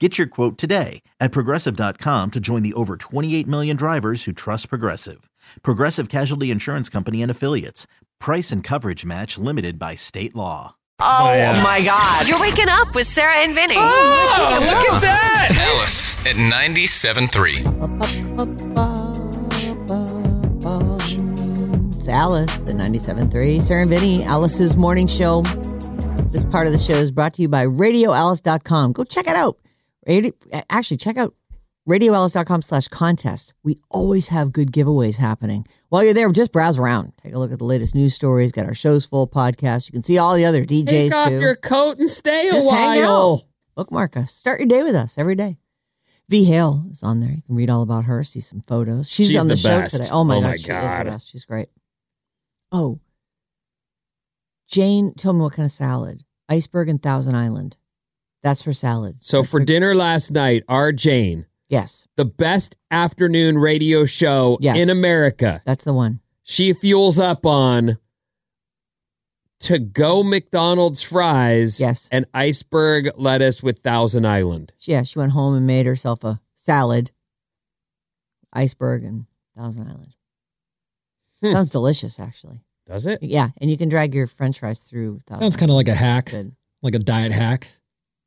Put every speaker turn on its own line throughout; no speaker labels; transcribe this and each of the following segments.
Get your quote today at progressive.com to join the over 28 million drivers who trust Progressive. Progressive Casualty Insurance Company and Affiliates. Price and coverage match limited by state law.
Oh,
uh,
my God.
You're waking up with Sarah and Vinny.
Oh, look at that.
Alice at 97.3.
It's Alice, the 97.3 Sarah and Vinny, Alice's morning show. This part of the show is brought to you by RadioAlice.com. Go check it out. Radio, actually, check out RadioAlice.com slash contest. We always have good giveaways happening. While you're there, just browse around. Take a look at the latest news stories. Got our shows full, podcasts. You can see all the other DJs
Take off
too.
your coat and stay
just
a
hang out.
while.
Bookmark us. Start your day with us every day. V Hale is on there. You can read all about her, see some photos. She's,
She's
on the,
the
show
best.
today. Oh my
Oh
god,
my
she is the
God.
best. She's great. Oh, Jane, told me what kind of salad? Iceberg and Thousand Island. That's her salad.
So for dinner last night, our Jane,
Yes,
the best afternoon radio show
Yes.
in America,
that's the one.
she fuels up on to go McDonald's fries
Yes.
and iceberg lettuce with Thousand Island.
She- Yeah, she went home and made herself a salad. Iceberg and Thousand Island.
Hmm.
Sounds delicious, actually.
Does it?
Yeah, and you can drag your French fries through. Thousand
Sounds kind of like a hack,
Good.
like a diet hack.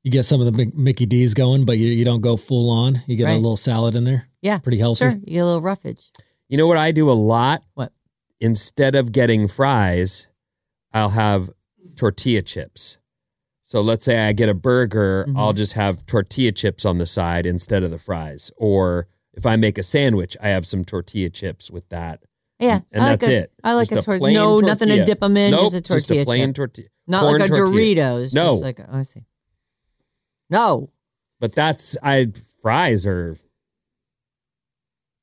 You get some of the Mic- Mickey D's going, but you, you don't go full on. You get
Right.
a little salad in there.
Yeah,
Pretty healthy.
Sure, you get a little roughage.
You know what I do a lot?
What?
Instead of getting fries, I'll have tortilla chips. So let's say I get a burger,
Mhm.
I'll just have tortilla chips on the side instead of the fries. Or if I make a sandwich, I have some tortilla chips with that.
Yeah,
And
I like
that's
a,
it.
I like
Just
a, tortilla.
plain
No, nothing to
tortilla.
dip them in.
Nope,
just a tortilla
a plain
chip.
tortilla.
Not
corn
like a
tortilla.
Doritos.
No.
just like a, oh, I see. No,
But that's I fries are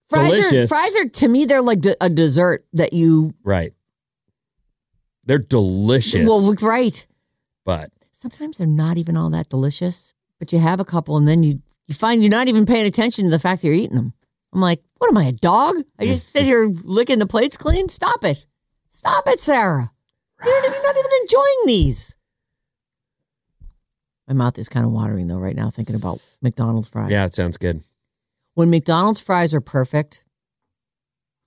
fries
Delicious.
are fries are to me they're like de- a dessert that you
right. They're delicious.
well right.
but
Sometimes they're not even all that delicious, but you have a couple and then you you find you're not even paying attention to the fact that you're eating them. I'm like, what am I a dog? I
Mm.
just sit here licking the plates clean. Stop it, stop it, Sarah. You're not even- not even enjoying these. My mouth is kind of watering though right now thinking about McDonald's fries.
yeah, it sounds good.
When McDonald's fries are perfect,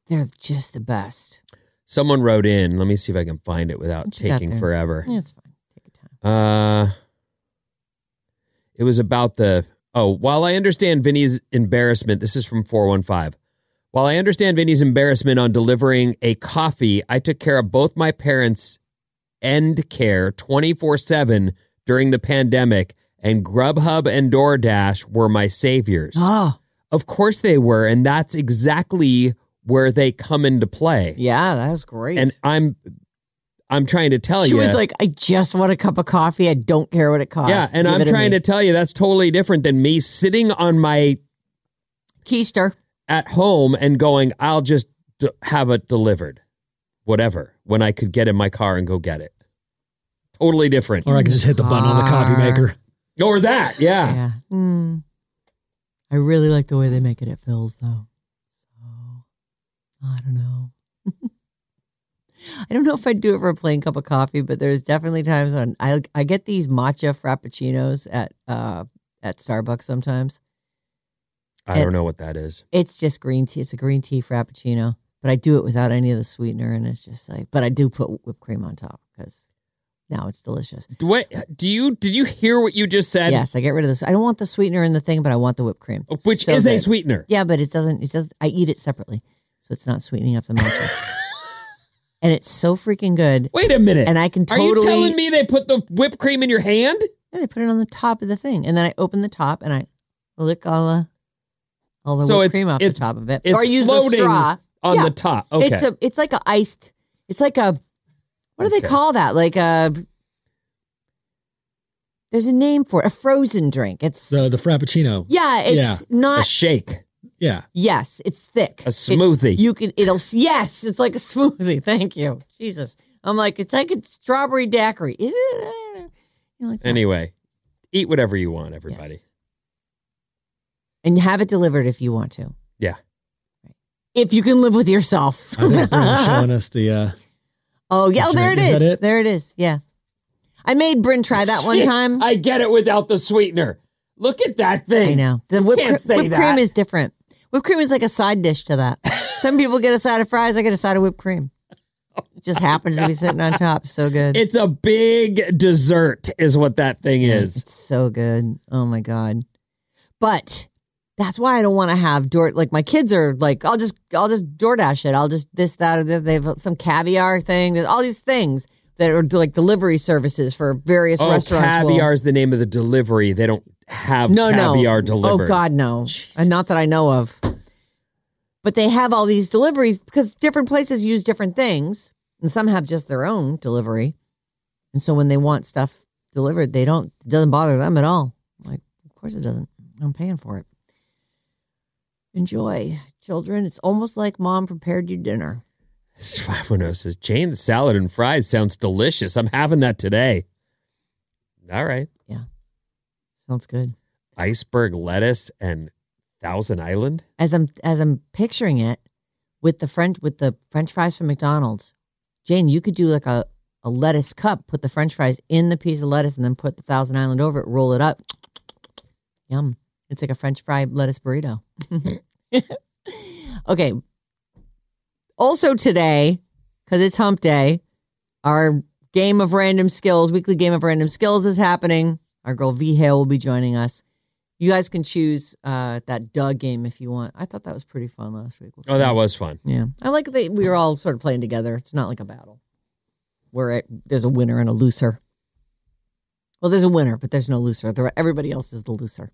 they're just the best.
Someone wrote in. Let me see if I can find it without
What you got
taking
there?
forever.
Yeah, it's fine. Take your time.
Uh, it was about the. Oh, while I understand Vinny's embarrassment, this is from 415. While I understand Vinny's embarrassment on delivering a coffee, I took care of both my parents' end care 24 7 during the pandemic, and Grubhub and DoorDash were my saviors.
Oh,
Of course they were, and that's exactly where they come into play.
yeah, that was great.
And I'm. I'm trying to tell
she
you.
was like, I just want a cup of coffee. I don't care what it costs.
Yeah, and
Give
I'm
it
trying to tell you that's totally different than me sitting on my
me. Keister.
at home and going, I'll just d- have it delivered, whatever, when I could get in my car and go get it. Totally different.
Or I can just hit the button on the coffee
Car.
maker.
Or that, yeah.
Oh. Yeah. Mm. I really like the way they make it at Phil's though. So I don't know. I don't know if I'd do it for a plain cup of coffee, but there's definitely times when I I get these matcha frappuccinos at uh at Starbucks sometimes.
I don't know what that is.
It's just green tea. It's a green tea frappuccino, but I do it without any of the sweetener, and it's just like. But I do put whipped cream on top because Now it's delicious.
Do- What do you did you hear what you just said? Oh,
yes, I get rid of this. I don't want the sweetener in the thing, but I want the whipped cream,
Which
So
is a
good.
sweetener.
Yeah, but it doesn't. It does. I eat it separately, so it's not sweetening up the matcha. and it's so freaking good.
Wait a minute.
And I can
Are you
totally-
telling me they put the whipped cream in your hand?
Yeah, they put it on the top of the thing, and then I open the top and I lick all the all the
So
whipped
it's-
cream off
it's-
the top of it,
It's
or use the
floating
straw
on
Yeah.
the top. Okay.
It's a it's like a iced. It's like a what do
Okay.
they call that? Like a there's a name for it. A frozen drink. It's
The the frappuccino.
yeah. It's
A
not.
shake.
Yeah.
yes, it's thick.
A
It-
smoothie.
you can. It'll. Yes, it's like a smoothie. Thank you, Jesus. I'm like it's like a strawberry daiquiri. You know, like that.
Anyway, eat whatever you want, everybody.
Yes. And have it delivered if you want to.
Yeah.
If you can live with yourself.
I think Bryn's showing us the uh,
Oh yeah, oh, there it
Is
is.
that it?
There it is. Yeah. I made Bryn try that one
Shit,
time.
I get it without the sweetener. Look at that thing.
I know. The whipped,
can't
cre-
say
whipped
that.
cream is different. Whipped cream is like a side dish to that. Some people get a side of fries, I get a side of whipped cream. It just happens to be sitting on top. So good.
It's a big dessert, is what that thing is.
It's so good. Oh my God. But that's why I don't want to have door like my kids are like, I'll just I'll just DoorDash it. I'll just this, that, or this. They have some caviar thing. There's all these things that are like delivery services for various
Oh,
restaurants. will-
caviar is the name of the delivery. They don't have
no,
caviar
no.
delivered.
Oh God, no. And not that I know of. But they have all these deliveries because different places use different things, and some have just their own delivery. And so when they want stuff delivered, they don't it doesn't bother them at all. I'm like, of course it doesn't. I'm paying for it. Enjoy, children. It's almost like mom prepared you dinner.
510 says, Jane, the salad and fries sounds delicious. I'm having that today. All right.
Sounds good.
Iceberg lettuce and Thousand Island.
as I'm as I'm picturing it with the French with the French fries from McDonald's, Jane, you could do like a, a lettuce cup, put the French fries in the piece of lettuce and then put the Thousand Island over it, roll it up. Yum. It's like a French fry lettuce burrito. okay. Also today, because it's hump day, our game of random skills, weekly game of random skills is happening. Our girl V Hale will be joining us. You guys can choose uh, that Doug game if you want. I thought that was pretty fun last week. We'll
Oh,
see.
that was fun.
Yeah, I like that we were all sort of playing together. It's not like a battle where it, there's a winner and a loser. Well, there's a winner, but there's no loser. There, everybody else is the loser.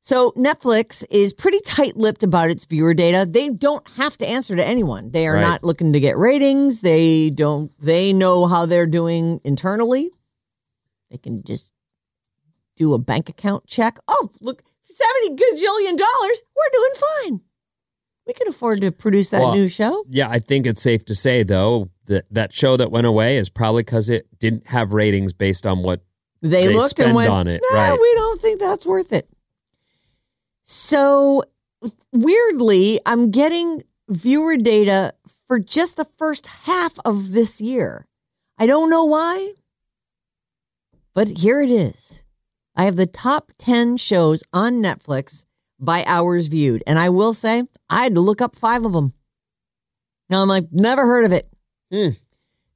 So Netflix is pretty tight-lipped about its viewer data. They don't have to answer to anyone. They are
Right.
not looking to get ratings. They don't. They know how they're doing internally. They can just do a bank account check. Oh, look, seventy gajillion dollars. We're doing fine. We can afford to produce that
Well,
new show.
Yeah, I think it's safe to say, though, that that show that went away is probably because it didn't have ratings based on what
they,
they
looked
spend
and went,
on it,
"Nah,
right.
we don't think that's worth it. So weirdly, I'm getting viewer data for just the first half of this year. I don't know why, but here it is. I have the top 10 shows on Netflix by hours viewed. And I will say, I had to look up five of them. Now I'm like, never heard of it.
Hmm.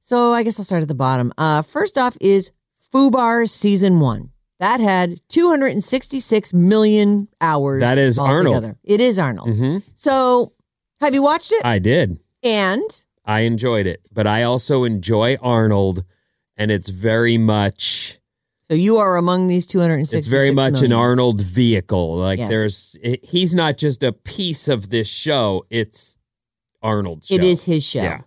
So I guess I'll start at the bottom. Uh, first off is Fubar season one. That had 266 million hours.
That is Arnold.
altogether. It is Arnold.
Mhm.
So have you watched it?
I did.
and
I enjoyed it, but I also enjoy Arnold, and it's very much
so you are among these 266.
it's very much an
million.
Arnold vehicle. Like
Yes.
there's it, he's not just a piece of this show; it's Arnold's. Show.
It is his show.
Yeah.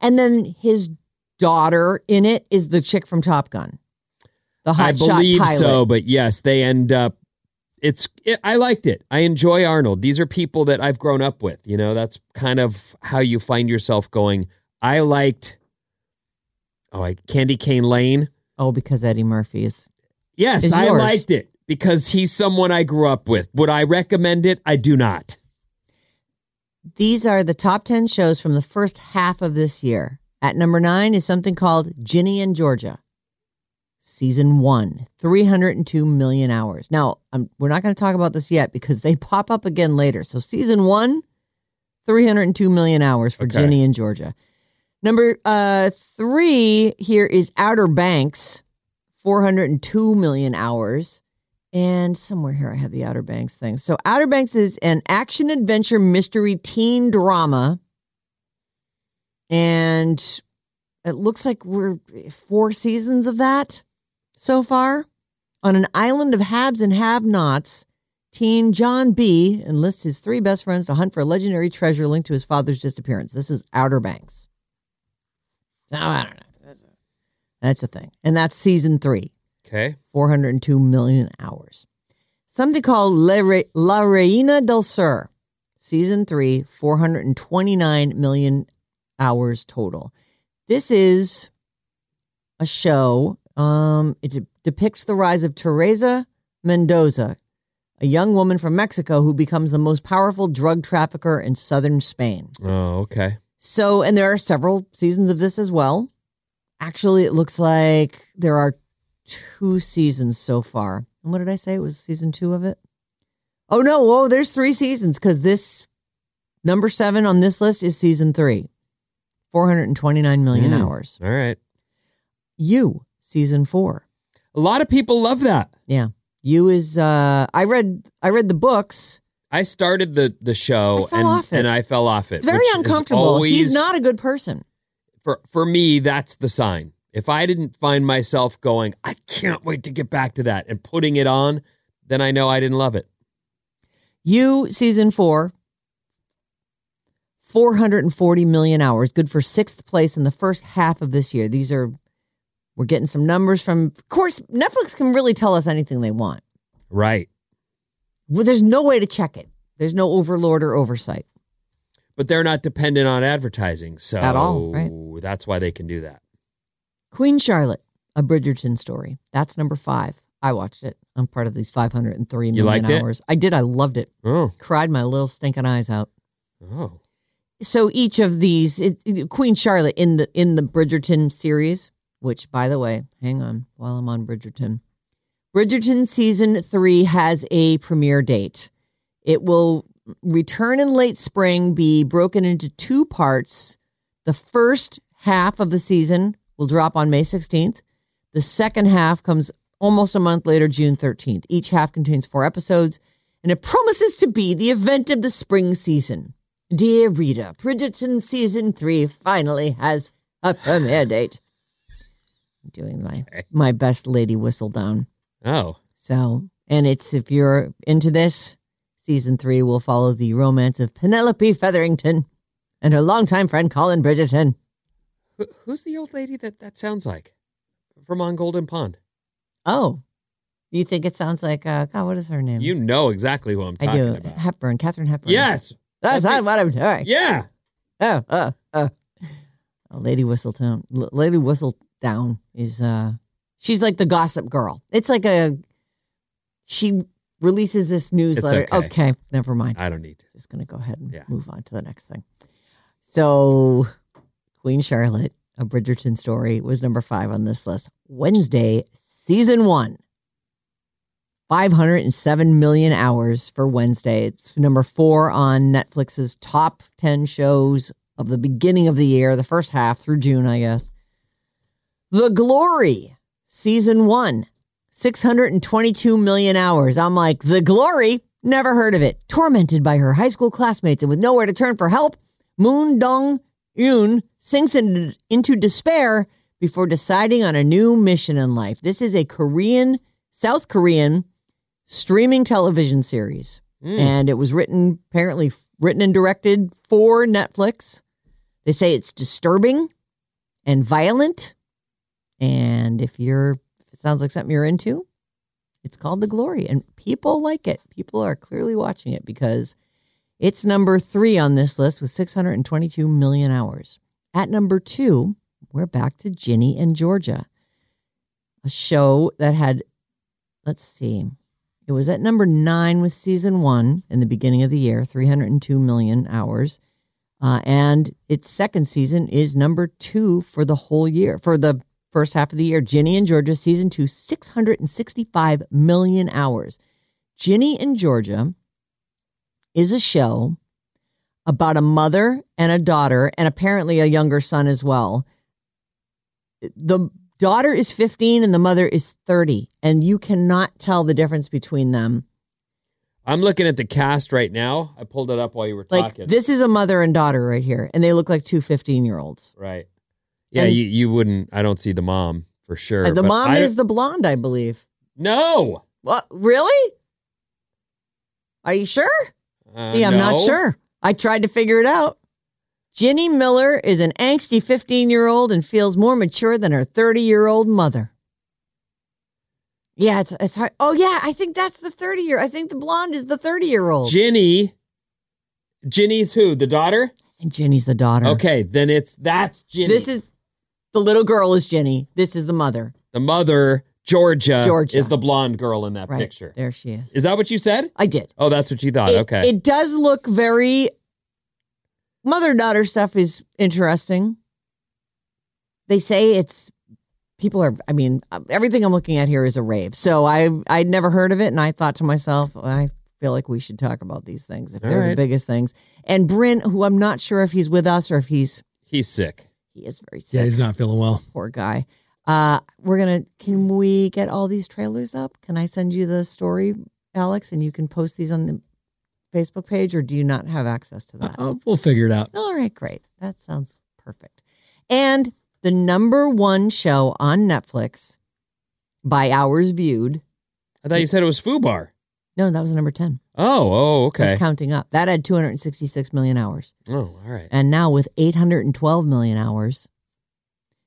And then his daughter in it is the chick from Top Gun. The hot
I believe
shot pilot.
so, but yes, they end up. It's. It, I liked it. I enjoy Arnold. These are people that I've grown up with. You know, that's kind of how you find yourself going. I liked. Oh, I Candy Cane Lane.
Oh, because Eddie Murphy is
Yes,
It's
I
yours.
liked it because he's someone I grew up with. Would I recommend it? I do not.
These are the top 10 shows from the first half of this year. At number nine is something called Ginny and Georgia, season one, 302 million hours. Now, i we're not going to talk about this yet because they pop up again later. So, season one, 302 million hours for
Okay.
Ginny and Georgia. Number uh, three here is Outer Banks, 402 million hours. And somewhere here I have the Outer Banks thing. So Outer Banks is an action adventure mystery teen drama. And it looks like we're four seasons of that so far. On an island of haves and have nots, teen John B. enlists his three best friends to hunt for a legendary treasure linked to his father's disappearance. This is Outer Banks. Now, I don't know. That's a- That's a thing. And that's season three,
Okay.
402 million hours. Something called La, Re- La Reina del Sur, season three, 429 million hours total. This is a show. Um, it de- depicts the rise of Teresa Mendoza, a young woman from Mexico who becomes the most powerful drug trafficker in southern Spain.
Oh, okay.
So, and there are several seasons of this as well. Actually, it looks like there are two seasons so far. And what did I say? It was season two of it. Oh no! Whoa, there's three seasons because this number seven on this list is season three, four hundred and twenty-nine million
Mm.
hours.
All right.
You season four.
A lot of people love that.
Yeah, you is. uh I read. I read the books.
I started the the show
I fell
and
off it.
and I fell off it.
It's very
which is
uncomfortable.
Always,
He's not a good person.
for for me. That's the sign. If I didn't find myself going, I can't wait to get back to that and putting it on, then I know I didn't love it.
You season four, 440 million hours, good for sixth place in the first half of this year. These are, we're getting some numbers from, of course, Netflix can really tell us anything they want.
Right.
Well, there's no way to check it, there's no overlord or oversight.
But they're not dependent on advertising, so
At all,
that's why they can do that.
Queen Charlotte, a Bridgerton story. That's number five. I watched it. I'm part of these 503
You
million
liked it?
hours. I did. I loved it.
Oh,
Cried my little stinking eyes out.
oh,
so each of these it, it- queen charlotte in the in the bridgerton series which by the way hang on while i'm on bridgerton bridgerton season three has a premiere date it will return in late spring be broken into two parts the first half of the season will drop on may 16th the second half comes almost a month later june 13th each half contains four episodes and it promises to be the event of the spring season Dear reader, Bridgerton season three finally has a premiere date. I'm doing my my best lady whistle down.
oh.
So, and it's if you're into this, season three will follow the romance of Penelope Featherington and her longtime friend Colin Bridgerton.
Who, who's the old lady that that sounds like from On Golden Pond?
Oh, you think it sounds like uh, God? What is her name?
You know exactly who I'm
I
talking
do
about.
Hepburn, Catherine Hepburn.
Yes.
that's
I
not
think-
what I'm doing.
Yeah.
oh, oh, oh. Oh, Lady Whistletown. L- Lady Whistledown is uh she's like the gossip girl. It's like a she releases this newsletter.
okay.
never mind.
I don't need to.
Just gonna go ahead and
Yeah.
move on to the next thing. So Queen Charlotte, a Bridgerton story, was number five on this list. Wednesday, season one. 507 million hours for Wednesday. It's number four on Netflix's top 10 shows of the beginning of the year, the first half through June, I guess. The Glory, season one, 622 million hours. I'm like, The Glory? Never heard of it. Tormented by her high school classmates and with nowhere to turn for help, Moon Dong Yoon sinks in, into despair before deciding on a new mission in life. This is a Korean, South Korean streaming television series. And it was written, apparently f- written and directed for Netflix. They say it's disturbing and violent. And if you're, if it sounds like something you're into, it's called The Glory. And people like it. People are clearly watching it because it's number three on this list with 622 million hours. At number two, we're back to Ginny and Georgia, a show that had, let's see, it was at number nine with season one in the beginning of the year, 302 million hours. Uh, and its second season is number two for the whole year, for the first half of the year. Ginny and Georgia season two, 665 million hours. Ginny and Georgia is a show about a mother and a daughter, and apparently a younger son as well. The daughter is 15 and the mother is 30, and you cannot tell the difference between them.
I'm looking at the cast right now. I pulled it up while you were
Like,
talking.
this is a mother and daughter right here, and they look like two 15 year olds.
right? Yeah,
And-
you, you wouldn't. I don't see the mom for sure.
Uh, the
but
mom
I-
is the blonde, I believe.
no.
What? Really? Are you sure?
Uh,
See, I'm
no.
not sure. I tried to figure it out. Ginny Miller is an angsty 15 year old and feels more mature than her 30 year old mother. Yeah, it's, it's hard. Oh, yeah, I think that's the 30 year. I think the blonde is the 30 year old.
Ginny. Ginny's who? The daughter?
I think Ginny's the daughter.
Okay, then it's that's Ginny.
This is the little girl is Ginny. This is the mother.
the mother. Georgia,
Georgia.
is the blonde girl in that
Right.
picture.
There she is.
Is that what you said?
I did.
Oh, that's what you thought.
it,
okay.
It does look very mother daughter stuff is interesting. They say it's people are. I mean, everything I'm looking at here is a rave. So I I'd never heard of it, and I thought to myself, I feel like we should talk about these things if
All
they're the
right.
biggest things. And Bryn, who I'm not sure if he's with us or if he's
He's sick.
he is very sick.
Yeah, he's not feeling well.
poor guy. Uh, we're gonna. Can we get all these trailers up? Can I send you the story, Alex, and you can post these on the Facebook page, or do you not have access to that?
Uh, we'll figure it out.
All right, great. That sounds perfect. And the number one show on Netflix by hours viewed.
I thought you said it was Fubar.
No, that was number ten.
Oh, oh,
I was
okay.
counting up. That had 266 million hours.
Oh, all right.
And now with 812 million hours,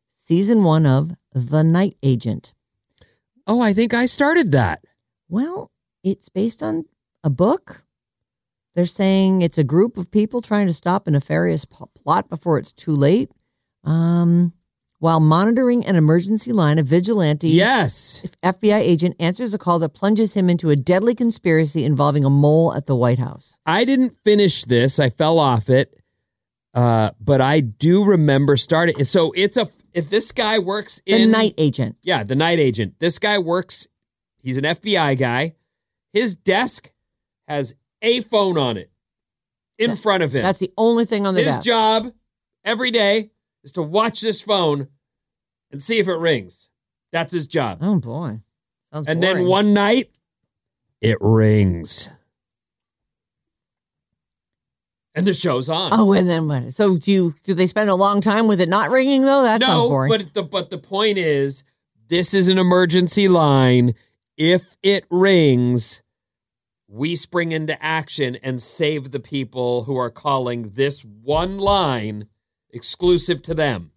season one of The Night Agent
Oh, I think I started that.
Well, it's based on a book. They're saying it's a group of people trying to stop a nefarious p- plot before it's too late. Um, while monitoring an emergency line, a vigilante
Yes.
FBI agent answers a call that plunges him into a deadly conspiracy involving a mole at the White House.
I didn't finish this. I fell off it. Uh, but I do remember starting. So it's a if this guy works
The
in
night agent.
Yeah, the night agent. This guy works he's an FBI guy. His desk has a phone on it in
That-
front of him.
That's the only thing on the
His
desk.
job every day is to watch this phone and see if it rings. That's his job.
Oh boy, Sounds
and
boring.
then one night, it rings. And the show's on.
Oh, and then what? So do you, do they spend a long time with it not ringing though? That
no,
sounds boring.
but the but the point is, this is an emergency line. If it rings, we spring into action and save the people who are calling this one line exclusive to them.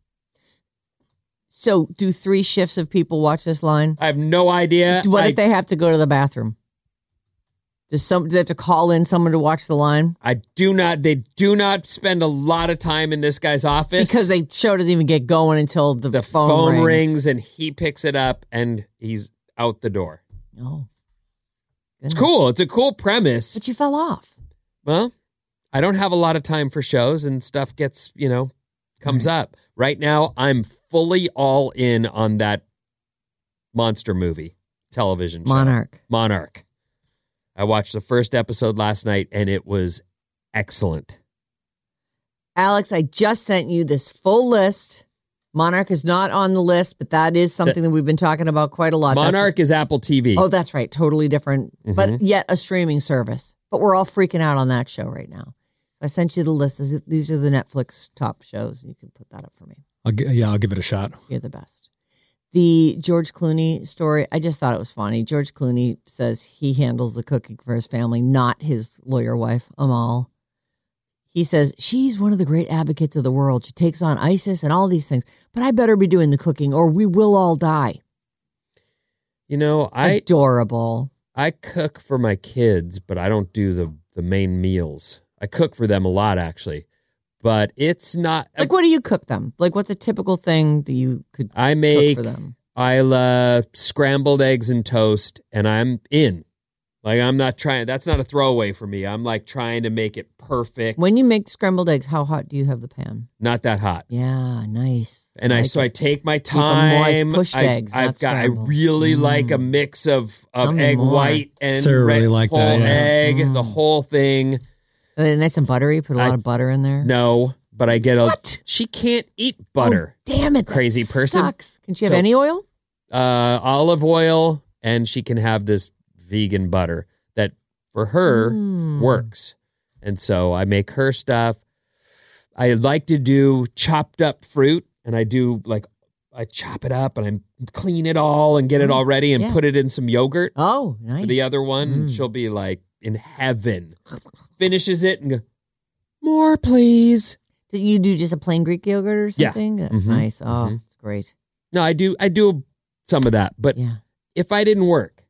so do three shifts of people watch this line?
I have no idea.
what
I,
if they have to go to the bathroom? Does some do they have to call in someone to watch the line
I do not. They do not spend a lot of time in this guy's office
because they show doesn't even get going until the,
the
phone,
phone, rings. and he picks it up and he's out the door.
No,
It's cool. It's a cool premise.
Oh, but you fell off.
Well, I don't have a lot of time for shows and stuff gets, you know, comes up. Right now, I'm fully all in on that monster movie television show.
Monarch.
Monarch. I watched the first episode last night and it was excellent.
Alex, I just sent you this full list. Monarch is not on the list, but that is something that we've been talking about quite a lot. That's-
Monarch is Apple TV.
oh, that's right. Totally different, but
Mhm.
yet a streaming service. But we're all freaking out on that show right now. I sent you the list. This is- These are the Netflix top shows. You can put that up for me.
I'll gi- yeah, I'll give it a shot.
You're the best. The George Clooney story, I just thought it was funny. George Clooney says he handles the cooking for his family, not his lawyer wife, Amal. He says, She's one of the great advocates of the world. She takes on ISIS and all these things, but I better be doing the cooking or we will all die.
You know, I
Adorable.
I cook for my kids, but I don't do the the main meals. I cook for them a lot actually. But it's not
Like, what do you cook them? Like, what's a typical thing that you could
I
cook
make
for them?
Isla scrambled eggs and toast, and I'm in. Like I'm not trying. That's not a throwaway for me. I'm like trying to make it perfect.
When you make scrambled eggs, how hot do you have the pan?
not that hot.
Yeah, nice.
And I,
like
so
it.
I take my
them moist,
time.
pushed
I,
eggs,
I've
not
got.
scrambled.
I really
Mm.
like a mix of of
Tell me
egg
more.
white and
Sarah
red
really liked that,
whole
yeah.
egg, the
Mm.
whole thing.
Are they nice and buttery? Put a lot
I-
of butter in there.
No, but I get a.
What?
She can't eat butter.
Oh, Damn it, that
Crazy person.
Sucks. Can she have
So-
any oil? Oh.
Uh, olive oil, and she can have this vegan butter that for her
Mm.
works. And so I make her stuff. I like to do chopped up fruit, and I do like I chop it up and I clean it all and get it all ready and
Mm. yes.
put it in some yogurt.
Oh, nice.
for the other one, and
Mm.
she'll be like in heaven. Finishes it and go, more, please.
Did you do just a plain Greek yogurt or
Yeah.
something? That's
Mhm.
nice. Oh,
Mhm.
it's great.
No, I do. I do some of that, but
yeah.
if I didn't work,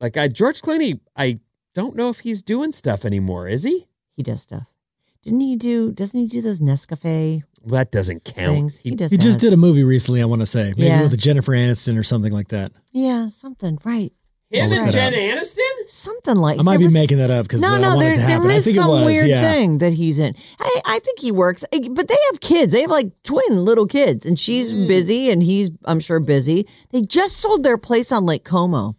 like I George Clooney, I don't know if he's doing stuff anymore. Is he?
He does stuff. Didn't he do? Doesn't he do those Nescafe
Well, that doesn't count.
things? He, does.
He just
that.
did a movie recently, I want to say. Maybe
Yeah.
with Jennifer Aniston or something like that.
Yeah, something right.
Him
I'll
and
look
Jen
that
Aniston.
Something like.
I might
there
be
was-
making that up because
No,
I
no,
want it
there,
to happen.
there
I
is
think it
some
was,
weird
yeah.
thing that he's in. I, I think he works, I- but they have kids. They have like twin little kids, and she's
Mm.
busy, and he's, I'm sure, busy. They just sold their place on Lake Como,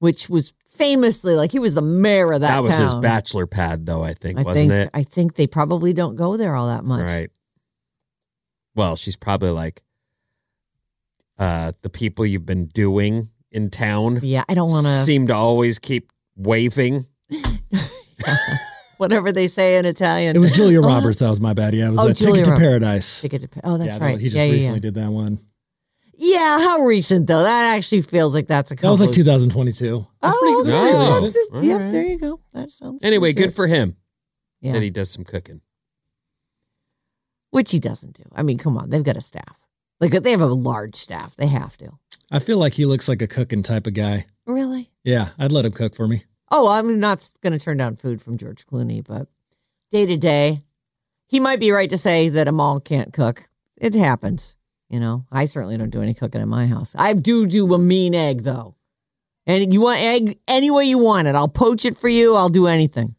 which was famously like he was the mayor of that.
That, was his
town.
bachelor pad, though. I think
I
wasn't
think
it?
I think they probably don't go there all that much.
Right. Well, she's probably like uh the people you've been doing in town.
Yeah, I don't want to.
seem to always keep waving.
Whatever they say in Italian.
It was Julia Roberts. That was my bad. Yeah, it was
Uh-huh. Oh,
a
Julia
Ticket to
Roberts.
Paradise.
Ticket to, Pa- oh, that's
yeah, that-
right.
He just
yeah, yeah,
recently
yeah.
did that one.
Yeah, how recent though? That actually feels like that's a.
That was like
couple-
2022. That's
oh,
pretty,
okay.
Oh.
That's a-
All
yep,
right.
there you go. That sounds
Anyway,
legit.
good for him
yeah.
that he does some cooking.
which he doesn't do. I mean, come on, they've got a staff. Like they have a large staff. They have to.
I feel like he looks like a cooking type of guy.
Really?
Yeah, I'd let him cook for me.
Oh, I'm not going to turn down food from George Clooney, but day to day, he might be right to say that Amal can't cook. It happens. You know, I certainly don't do any cooking in my house. I do do a mean egg though. And you want egg any way you want it. I'll poach it for you. I'll do anything.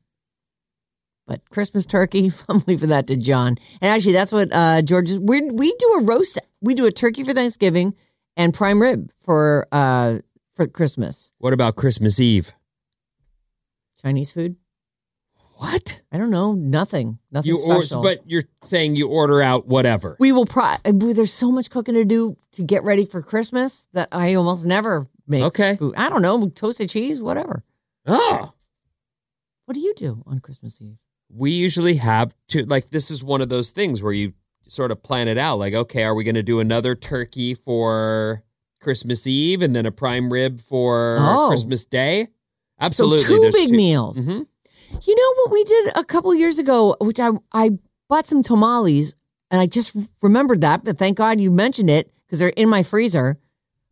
But Christmas turkey, I'm leaving that to John. And actually, that's what uh, George is. We we do a roast. We do a turkey for Thanksgiving and prime rib for uh, for Christmas.
What about Christmas Eve?
Chinese food.
What?
I don't know. Nothing. Nothing
You or,
special.
but you're saying you order out whatever.
we will. Pro- there's so much cooking to do to get ready for Christmas that I almost never make.
Okay.
Food. I don't know. Toasted cheese, whatever.
Oh.
What do you do on Christmas Eve?
We usually have to like this is one of those things where you sort of plan it out like okay, are we going to do another turkey for Christmas Eve and then a prime rib for
Oh.
Christmas Day? Absolutely.
So two
there's
big meals.
Mhm.
You know what we did a couple years ago, which I I bought some tamales, and I just remembered that. But thank God you mentioned it because they're in my freezer.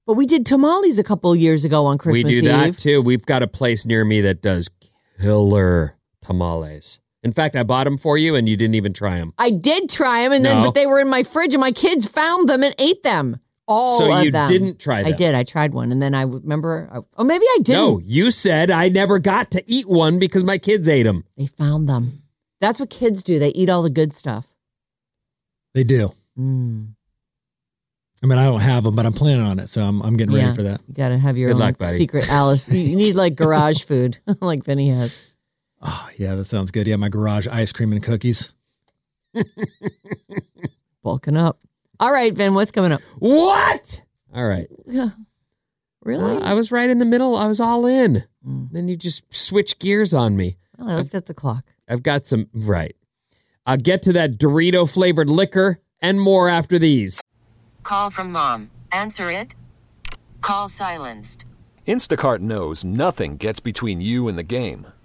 But we did tamales a couple years ago on Christmas
we do
Eve.
that too. We've got a place near me that does killer tamales. In fact, I bought them for you and you didn't even try them.
I did try them, and then
No.
but they were in my fridge, and my kids found them and ate them. All
so
of
you
them.
didn't try them.
I did. I tried one, and then I w- remember. I, oh, maybe I didn't.
No, you said I never got to eat one because my kids ate them.
They found them. That's what kids do. They eat all the good stuff.
They do.
Mm,
I mean, I don't have them, but I'm planning on it, so I'm, I'm getting
Yeah.
ready for that.
you gotta have your
Good
own
luck, buddy.
secret, Alice. You- you need like garage food, like Vinny has.
Oh, yeah, that sounds good. Yeah, my garage ice cream and cookies.
Bulking up. All right, Vin. What's coming up?
What? All right.
Really?
Uh, I was right in the middle. I was all in. Then you just switch gears on me.
Well, I looked at the clock.
I've got some. Right. I'll get to that Dorito flavored liquor and more after these.
Call from mom. Answer it. Call silenced.
Instacart knows nothing gets between you and the game.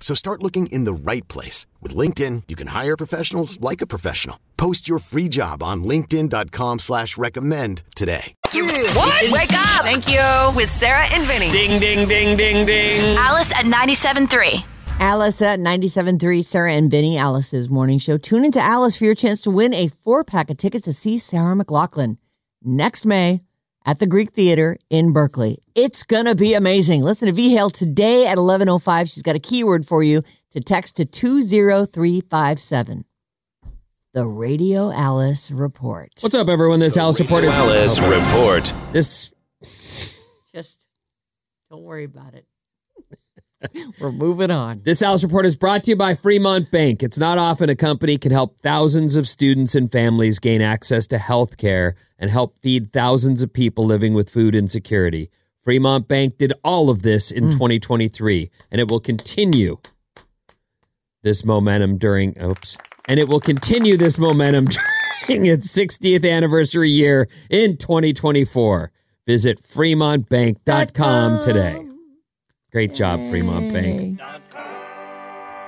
So start looking in the right place. With LinkedIn, you can hire professionals like a professional. Post your free job on linkedin.com/recommend slash recommend today.
What? Wake up! Thank you. With Sarah and Vinny.
Ding, ding, ding, ding, ding.
Alice at 97.3.
Alice at 97.3, Sarah and Vinny, Alice's morning show. Tune into Alice for your chance to win a four pack of tickets to see Sarah McLaughlin next May at the Greek Theater in Berkeley. It's going to be amazing. Listen to V Hale today at 11.05. She's got a keyword for you to text to 20357. The Radio Alice Report.
What's up, everyone? This Alice Report is
Alice Report.
This
Just don't worry about it. We're moving on.
This Alice Report is brought to you by Fremont Bank. It's not often a company can help thousands of students and families gain access to health care and help feed thousands of people living with food insecurity. Fremont Bank did all of this in 2023, and it will continue this momentum during oops and it will continue this momentum during its 60th anniversary year in 2024 visit fremontbank.com today great job fremont bank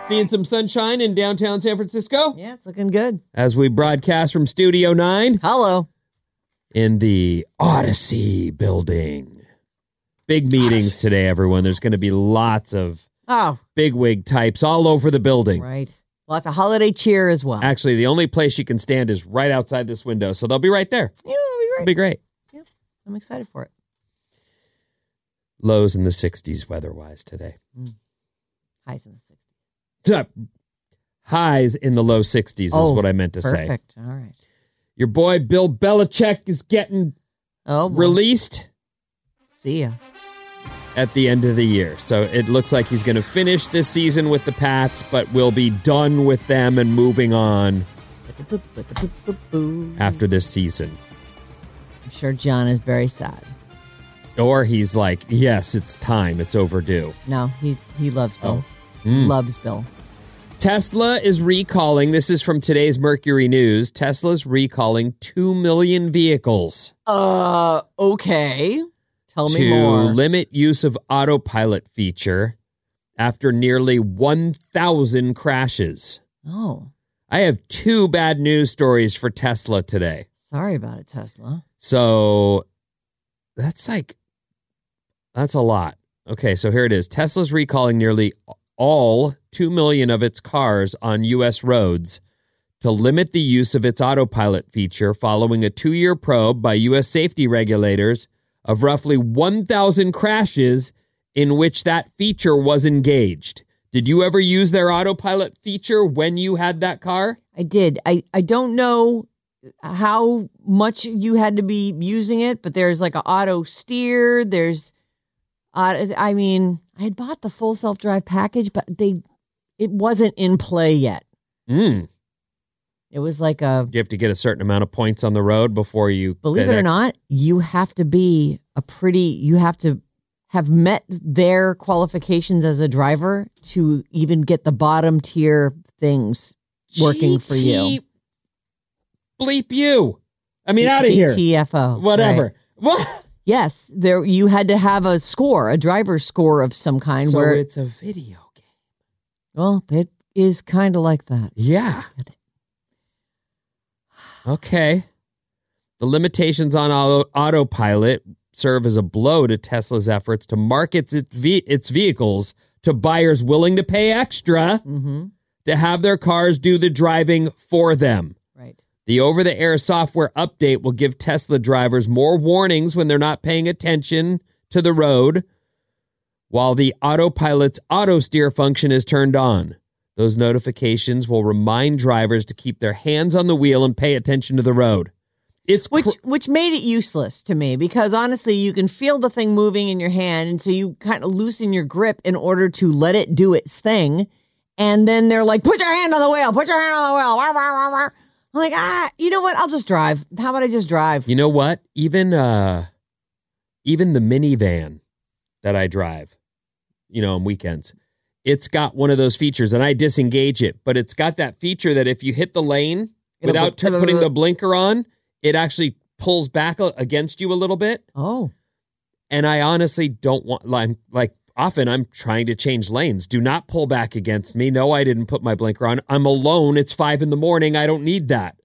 seeing some sunshine in downtown san francisco
yeah it's looking good
as we broadcast from studio 9
hello
in the odyssey building big meetings today everyone there's going to be lots of
Oh,
bigwig types all over the building
right. Lots of holiday cheer as well.
Actually, the only place you can stand is right outside this window, so they'll be right there.
Yeah, that'd be
It'll
great.
be great.
I'm excited for it.
Lows in the 60s weather-wise today.
Highs in the 60s.
Duh. Highs in the low 60s is what I meant to say.
Oh, perfect. All right.
Your boy Bill Belichick is getting
Oh, boy.
released
See ya.
at the end of the year. So it looks like he's going to finish this season with the Pats, but will be done with them and moving on
I'm
after this season.
sure John is very sad.
Or he's like, yes, it's time. It's overdue.
No, he he loves Bill.
Oh. Hmm.
Loves Bill.
Tesla is recalling, this is from today's Mercury News. Tesla's recalling 2 million vehicles
Uh, okay. Tell me
to
more.
limit use of autopilot feature after nearly 1,000 crashes.
oh,
I have two bad news stories for Tesla today.
sorry about it, Tesla.
So that's like, that's a lot. Okay, so here it is Tesla's recalling nearly all 2 million of its cars on U.S. roads to limit the use of its autopilot feature following a two year probe by U.S. safety regulators of roughly 1,000 crashes in which that feature was engaged. Did you ever use their autopilot feature when you had that car?
I did. I I don't know how much you had to be using it, but there's like a auto steer. There's, auto, I mean, I had bought the full self drive package, but they, it wasn't in play yet.
Mm.
It was like a
you have to get a certain amount of points on the road before you
believe it or not, you have to be a pretty, you have to have met their qualifications as a driver to even get the bottom tier things working for you.
Bleep you! I mean, out of here.
GTFO.
Whatever.
right.
What?
Yes, there you had to have a score, a driver's score of some kind.
so
where
it's a video game.
well, it is kind of like that.
Yeah. Okay. The limitations on auto- autopilot serve as a blow to Tesla's efforts to market its, ve- its vehicles to buyers willing to pay extra
Mm-hmm.
to have their cars do the driving for them.
Right.
The over the air software update will give Tesla drivers more warnings when they're not paying attention to the road, while the autopilot's auto steer function is turned on. Those notifications will remind drivers to keep their hands on the wheel and pay attention to the road. It's
which which made it useless to me because honestly, you can feel the thing moving in your hand, and so you kind of loosen your grip in order to let it do its thing. And then they're like, "Put your hand on the wheel. Put your hand on the wheel." Wah, wah, wah, wah. I'm like, ah, you know what? I'll just drive. How about I just drive?
You know what? Even uh even the minivan that I drive, you know, on weekends, it's got one of those features and I disengage it, but it's got that feature that if you hit the lane
It'll
without
bl-
t- putting the blinker on, it actually pulls back a- against you a little bit.
Oh.
And I honestly don't want like, like often I'm trying to change lanes. Do not pull back against me. No, I didn't put my blinker on. I'm alone. It's five in the morning. I don't need that.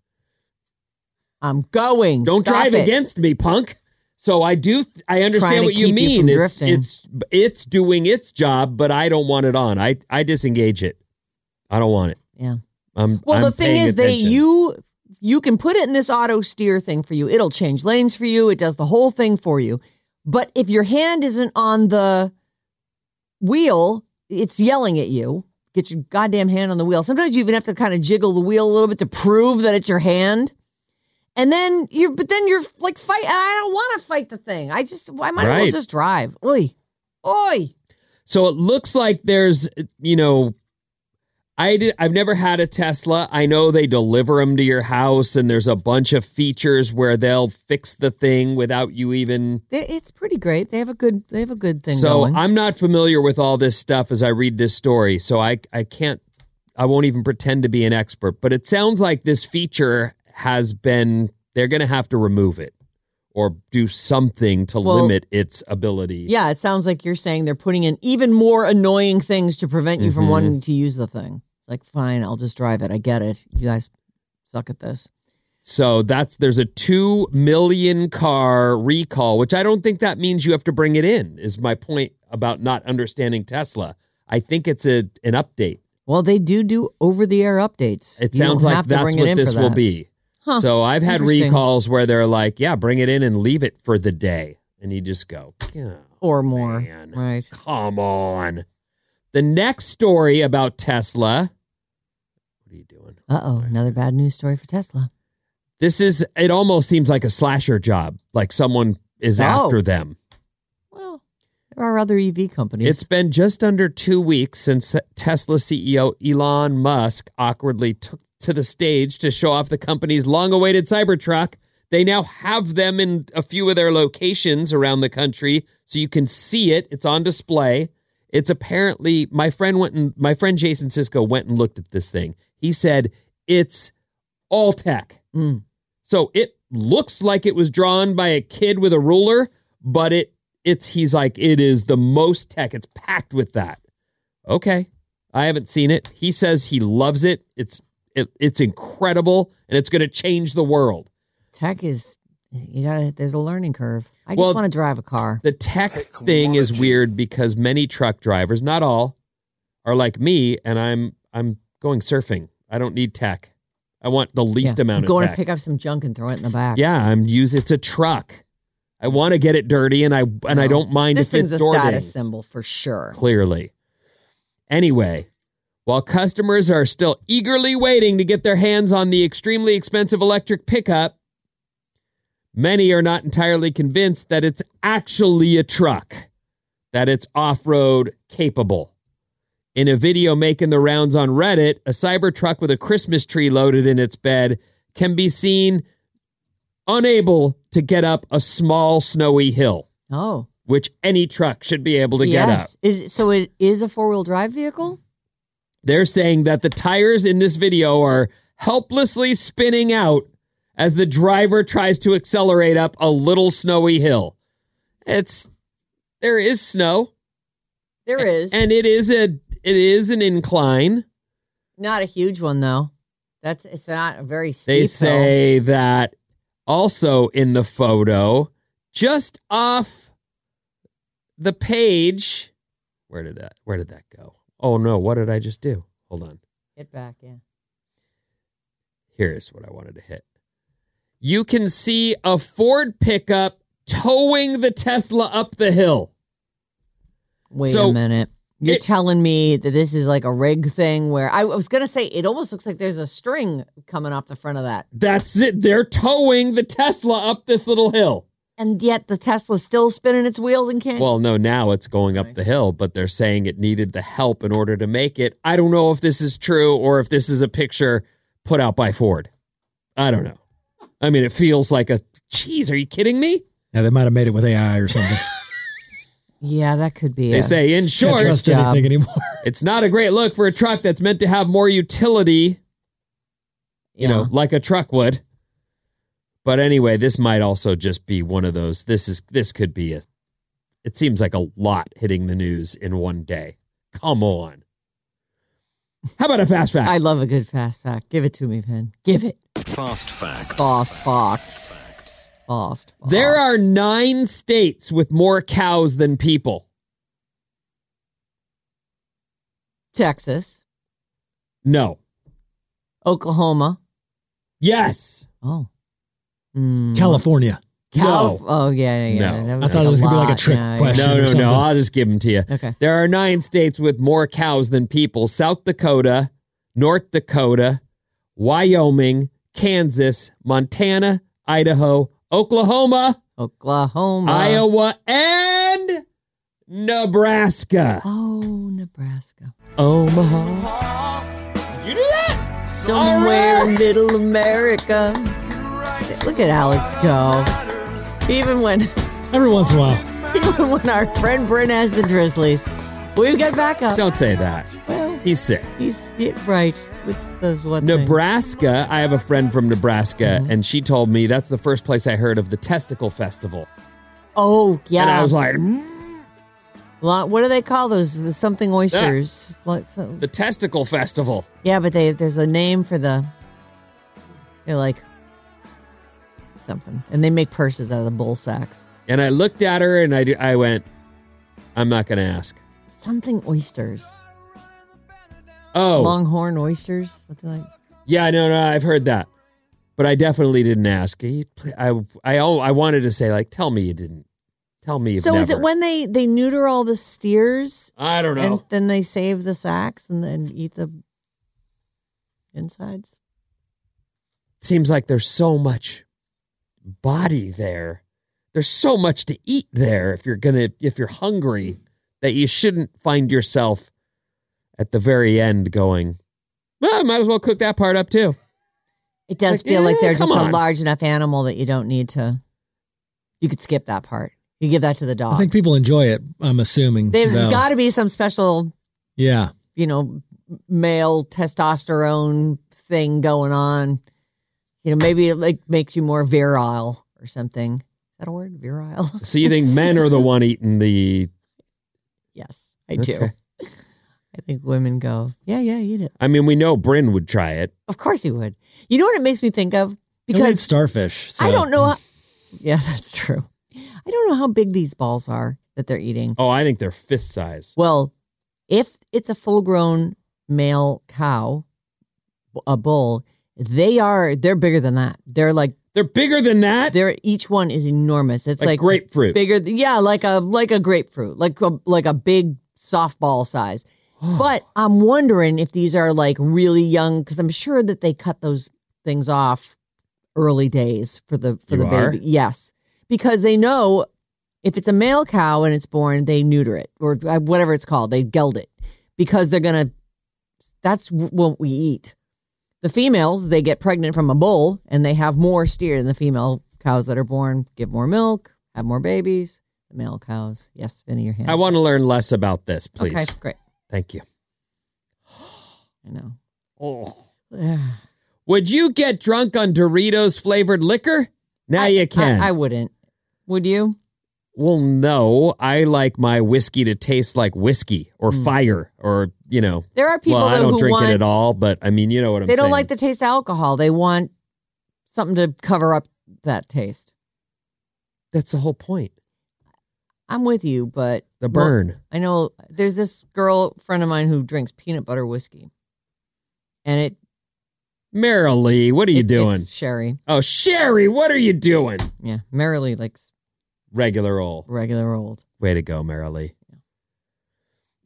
I'm going.
Don't
Stop
drive
it.
against me, punk. So I do. th- I
Trying
understand
to
what you
keep you
mean.
from
it's
drifting.
it's it's doing its job, but I don't want it on. I I disengage it. I don't want it.
Yeah.
I'm.
Well,
I'm
the thing
paying
is,
attention.
they you you can put it in this auto steer thing for you. It'll change lanes for you. It does the whole thing for you. But if your hand isn't on the wheel, it's yelling at you. Get your goddamn hand on the wheel. Sometimes you even have to kind of jiggle the wheel a little bit to prove that it's your hand. And then you're, but then you're like fight. I don't want to fight the thing. I just, I might as well
Right.
just drive. Oi, oi.
So it looks like there's you know. I did, I've never had a Tesla. I know they deliver them to your house, and there's a bunch of features where they'll fix the thing without you even
They- It's pretty great. They have a good, they have a good thing
so
going.
I'm not familiar with all this stuff as I read this story, so I I can't I won't even pretend to be an expert, but it sounds like this feature has been they're going to have to remove it or do something to
Well-
limit its ability.
Yeah, it sounds like you're saying they're putting in even more annoying things to prevent you from
Mhm.
wanting to use the thing. It's like, fine, I'll just drive it. I get it. You guys suck at this.
So that's there's a 2 million car recall, which I don't think that means you have to bring it in. Is my point about not understanding Tesla. I think it's a an update.
Well, they do do over the air updates.
It
You don't
sounds like
have to
that's
bring it
what
in
this
for
will
that.
be.
Huh.
So I've had
Interesting.
recalls where they're like, "Yeah, bring it in and leave it for the day," and you just go, "Yeah,
Or more.
Man.
Right.
"Come on." The next story about Tesla.
Uh oh, another bad news story for Tesla.
This is. It almost seems like a slasher job. Like someone is
Oh.
after them.
There are other EV companies.
It's been just under two weeks since Tesla CEO Elon Musk awkwardly took to the stage to show off the company's long awaited Cybertruck. They now have them in a few of their locations around the country, so you can see it. It's on display. It's apparently my friend went and my friend Jason Cisco went and looked at this thing. He said it's all tech. So it looks like it was drawn by a kid with a ruler, but it it's he's like it is the most tech. It's packed with that. Okay. I haven't seen it. He says he loves it. It's it, it's incredible and it's going to change the world.
Tech is you gotta there's a learning curve. I
Well,
just want to drive a car.
The tech thing is weird because many truck drivers, not all, are like me and I'm I'm going surfing. I don't need tech. I want the least
Yeah.
amount
Go
of
and
tech.
pick up some junk and throw it in the back.
Yeah, I'm use it's a truck. I want to get it dirty and I and I don't mind
This
if
thing's
it's
a
door
status
dings,
symbol for sure.
Clearly. Anyway, while customers are still eagerly waiting to get their hands on the extremely expensive electric pickup, many are not entirely convinced that it's actually a truck, that it's off-road capable. In a video making the rounds on Reddit, a Cybertruck with a Christmas tree loaded in its bed can be seen unable to get up a small snowy hill,
Oh.
which any truck should be able to get up.
yes. Is so it is a four wheel drive vehicle?
They're saying that the tires in this video are helplessly spinning out as the driver tries to accelerate up a little snowy hill. It's there is snow
There is.
and it is a it is an incline.
Not a huge one though. That's it's not a very steep.
They
hill.
say that also in the photo, just off the page. Where did that where did that go? Oh no, what did I just do? Hold on.
get back. Yeah.
Here's what I wanted to hit. You can see a Ford pickup towing the Tesla up the hill.
Wait
So-
a minute. You're telling me that this is like a rig thing where I was going to say it almost looks like there's a string coming off the front of that.
That's it. They're towing the Tesla up this little hill.
And yet the Tesla's still spinning its wheels and can't.
Well, no, now it's going up the hill, but they're saying it needed the help in order to make it. I don't know if this is true or if this is a picture put out by Ford. I don't know. I mean, it feels like a, geez, are you kidding me?
Yeah, they might have made it with AI or something.
yeah, that could be.
They
it.
say, in short,
Can't trust anything anymore.
it's not a great look for a truck that's meant to have more utility, you know, like a truck would. But anyway, this might also just be one of those. This is this could be a. It seems like a lot hitting the news in one day. Come on. How about a fast fact?
I love a good fast fact. Give it to me, Penn. Give it.
Fast fact.
Fast facts. Fast.
There are nine states with more cows than people.
Texas,
No.
Oklahoma.
Yes.
Oh.
California.
Calif- Oh, yeah, yeah, yeah.
No.
That
Mm. I thought it was gonna be like a
lot.
trick
yeah,
question.
No,
or
no,
something.
no. I'll just give them to you.
Okay.
There are nine states with more cows than people South Dakota, North Dakota, Wyoming, Kansas, Montana, Idaho, Oklahoma,
Oklahoma.
Iowa, and Nebraska.
Oh, Nebraska.
Omaha. You do that?
Somewhere in middle America. Look at Alex go. Even when
Every once in a while.
even when our friend Bryn has the Drizzlies, we've got backup.
Don't say that.
Well,
He's sick.
he's yeah, right with those one thing.
Nebraska, I have a friend from Nebraska, and she told me that's the first place I heard of the Testicle Festival.
Oh, yeah.
And I was like, "Hmm?
Lo- what do they call those? The something
Ah.
oysters. Like some-
the Testicle Festival.
yeah, but they there's a name for the. They're like something, and they make purses out of the bull sacks.
And I looked at her and I, I went, I'm not going to ask.
Something oysters.
Oh,
Longhorn oysters. Something like.
yeah, no, no, I've heard that. But I definitely didn't ask. He- I, I, I wanted to say, like, tell me you didn't. Tell me you
So is it
never."
when they they neuter all the steers
I don't know.
and then they save the sacks and then eat the insides?
seems like there's so much body there. There's so much to eat there if you're gonna if you're hungry that you shouldn't find yourself at the very end going, well, I might as well cook that part up too.
It does
Like,
feel like they're
eh,
just
come
a
on.
large enough animal that you don't need to. You could skip that part. You give that to the
I
dog.
think people enjoy it, I'm assuming.
There's
though.
got to be some special,
Yeah.
you know, male testosterone thing going on. You know, maybe it like makes you more virile or something. Is that a word? Virile?
So you think men are the one eating the
yes, I do.
Okay.
I think women go, yeah, yeah, eat it.
I mean, we know Bryn would try it.
Of course you would. You know what it makes me think of?
Because
Because
starfish. so-
I don't know. How, yeah, that's true. I don't know how big these balls are that they're eating.
Oh, I think they're fist size.
Well, if it's a full grown male cow, a bull, they are they're bigger than that. They're like
They're bigger than that.
they're each one is enormous. It's
like,
like,
grapefruit.
bigger th- yeah, like a like a grapefruit, like a, like a big softball size. but I'm wondering if these are like really young cuz I'm sure that they cut those things off early days for the for the
You are?
baby. Yes. Because they know if it's a male cow and it's born, they neuter it or uh, whatever it's called. They geld it because they're going to, that's w- what we eat. The females, they get pregnant from a bull and they have more steer than the female cows that are born, give more milk, have more babies. The male cows, yes, Vinny, your hand.
I want to learn less about this, please.
Okay, great.
Thank you.
I know.
Oh.
Ugh.
Would you get drunk on Doritos flavored liquor? Now
I-
you can.
I, I wouldn't. Would you?
Well, no, I like my whiskey to taste like whiskey or fire or, you know.
There are Hmm. people
well,
though,
I don't
who
drink
want,
it at all, but I mean, you know what I'm
They
saying.
don't like the taste of alcohol. They want something to cover up that taste.
That's the whole point.
I'm with you, but
The
Well,
burn.
I know there's this girl friend of mine who drinks peanut butter whiskey, and it.
Marilee, what are you
it-
doing?
it's sherry?
Oh, Sherry, what are you doing?
Yeah, merrily like
Regular old.
regular old.
Way to go, Marilee.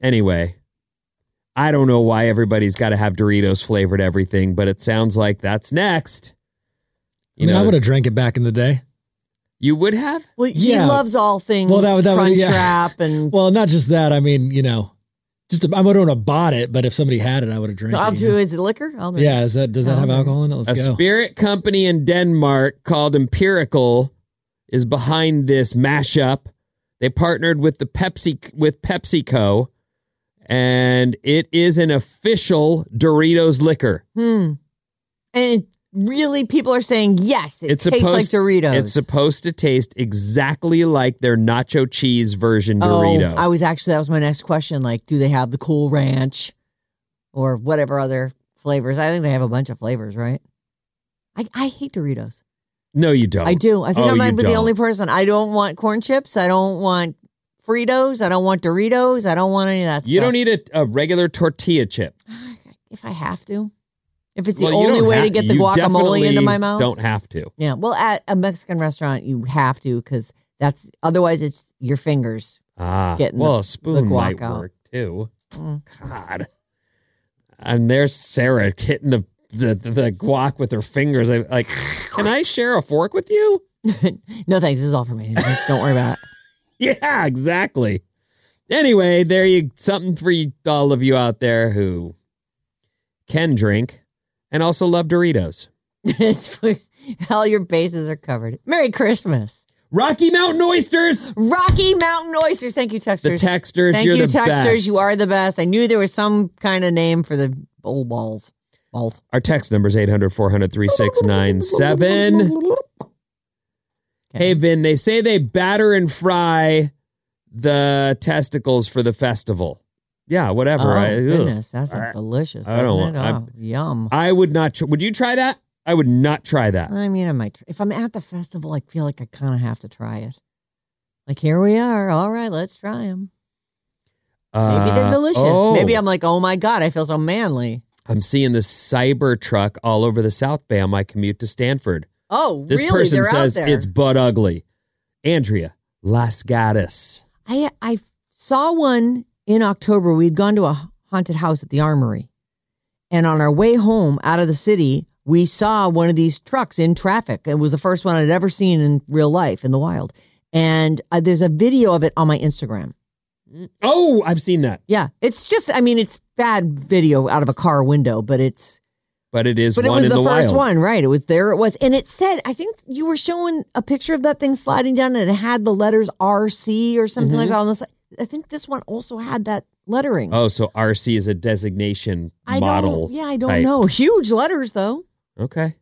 Anyway, I don't know why everybody's got to have Doritos flavored everything, but it sounds like that's next.
I mean, I would have drank it back in the day.
You would have?
Well, he loves all things crunch wrap and
well, not just that. I mean, you know, just I wouldn't have bought it, but if somebody had it, I would have drank
I'll
it.
do. Is it liquor? I'll do
Yeah, is that does that have alcohol in it? Let's
a
go.
spirit company in Denmark called Empirical is behind this mashup. They partnered with the Pepsi with PepsiCo, and it is an official Doritos liquor.
Hmm. And it- really, people are saying yes. It
It's
tastes
supposed
like Doritos.
It's supposed to taste exactly like their nacho cheese version
Oh,
Dorito.
I was actually that was my next question. Like, do they have the Cool Ranch or whatever other flavors? I think they have a bunch of flavors, right? I, I hate Doritos.
no, you don't.
I do. I think
Oh,
I
you
might be the
don't.
only person. I don't want corn chips. I don't want Fritos. I don't want Doritos. I don't want any of that.
You
stuff.
don't need a, a regular tortilla chip.
if I have to. If it's the
Well, you
only
don't
way to
have-
get the
you
guacamole into
definitely
my mouth.
Don't have to.
Yeah. Well, at a Mexican restaurant, you have to because that's otherwise it's your fingers.
Ah,
Getting
well,
the-
a
the Mm.
spoon might
guac out.
work too. God, and there's Sarah hitting the the, the guac with her fingers. I, like, can I share a fork with you?
no thanks. This is all for me. Don't worry about it.
Yeah, exactly. Anyway, there you something for you, all of you out there who can drink and also love Doritos.
it's all your bases are covered. Merry Christmas.
Rocky Mountain oysters.
Rocky Mountain oysters. Thank you, texters.
The texters,
Thank
you're
you,
the
texters.
best.
You are the best. I knew there was some kind of name for the bowl balls. Balls.
Our text number is 800 400 3697. Hey, Vin, they say they batter and fry the testicles for the festival. Yeah, whatever.
Oh,
I, ugh.
goodness, that's delicious.
I don't
doesn't
want-
it?
I'm-
Oh, yum.
I would not. Tr- would you try that? I would not try that.
I mean, I might. Tr- if I'm at the festival, I feel like I kind of have to try it. Like here we are. All right, let's try them. Maybe they're
Uh,
delicious.
oh,
Maybe I'm like, oh my god, I feel so manly.
I'm seeing the cyber truck all over the South Bay on my commute to Stanford.
Oh,
This
really?
person
They're
says
out there.
it's butt ugly. Andrea Las Gatas.
I I saw one in October. We'd gone to a haunted house at the Armory, and on our way home out of the city, we saw one of these trucks in traffic. It was the first one I'd ever seen in real life in the wild, and uh, there's a video of it on my Instagram.
Oh, I've seen that,
Yeah, it's just I mean, it's bad video out of a car window, but it's
but it is
but it
one
was
in
the,
the,
first
wild.
one, right? It was there. It was, and it said, I think you were showing a picture of that thing sliding down, and it had the letters RC or something like
Mhm.
that on the side. I think this one also had that lettering.
Oh, so RC is a designation
I
model.
Don't, yeah, I don't
type.
know. Huge letters though.
Okay.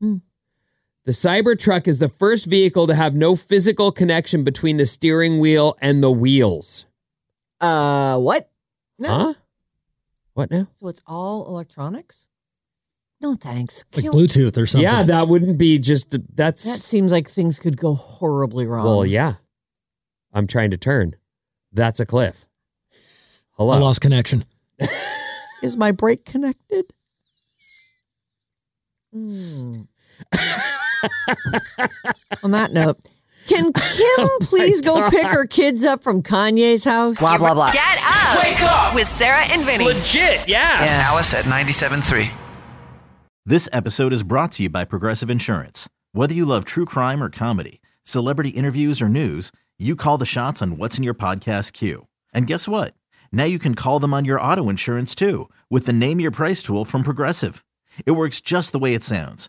Hmm.
The Cybertruck is the first vehicle to have no physical connection between the steering wheel and the wheels.
Uh, what? No.
Huh? What now?
So it's all electronics. No thanks.
Like
Can't-
Bluetooth or something.
Yeah, that wouldn't be just that's
That seems like things could go horribly wrong.
well, yeah. I'm trying to turn. That's a cliff. Hello.
I lost connection.
Is my brake connected? Hmm. On that note, can Kim please go pick her kids up from Kanye's house? Oh Blah, blah, blah.
Get up. Wake up with Sarah and Vinny.
Legit, yeah.
Alice at 97.3.
This episode is brought to you by Progressive Insurance. Whether you love true crime or comedy, celebrity interviews or news, you call the shots on what's in your podcast queue. And guess what? Now you can call them on your auto insurance too with the Name Your Price tool from Progressive. It works just the way it sounds.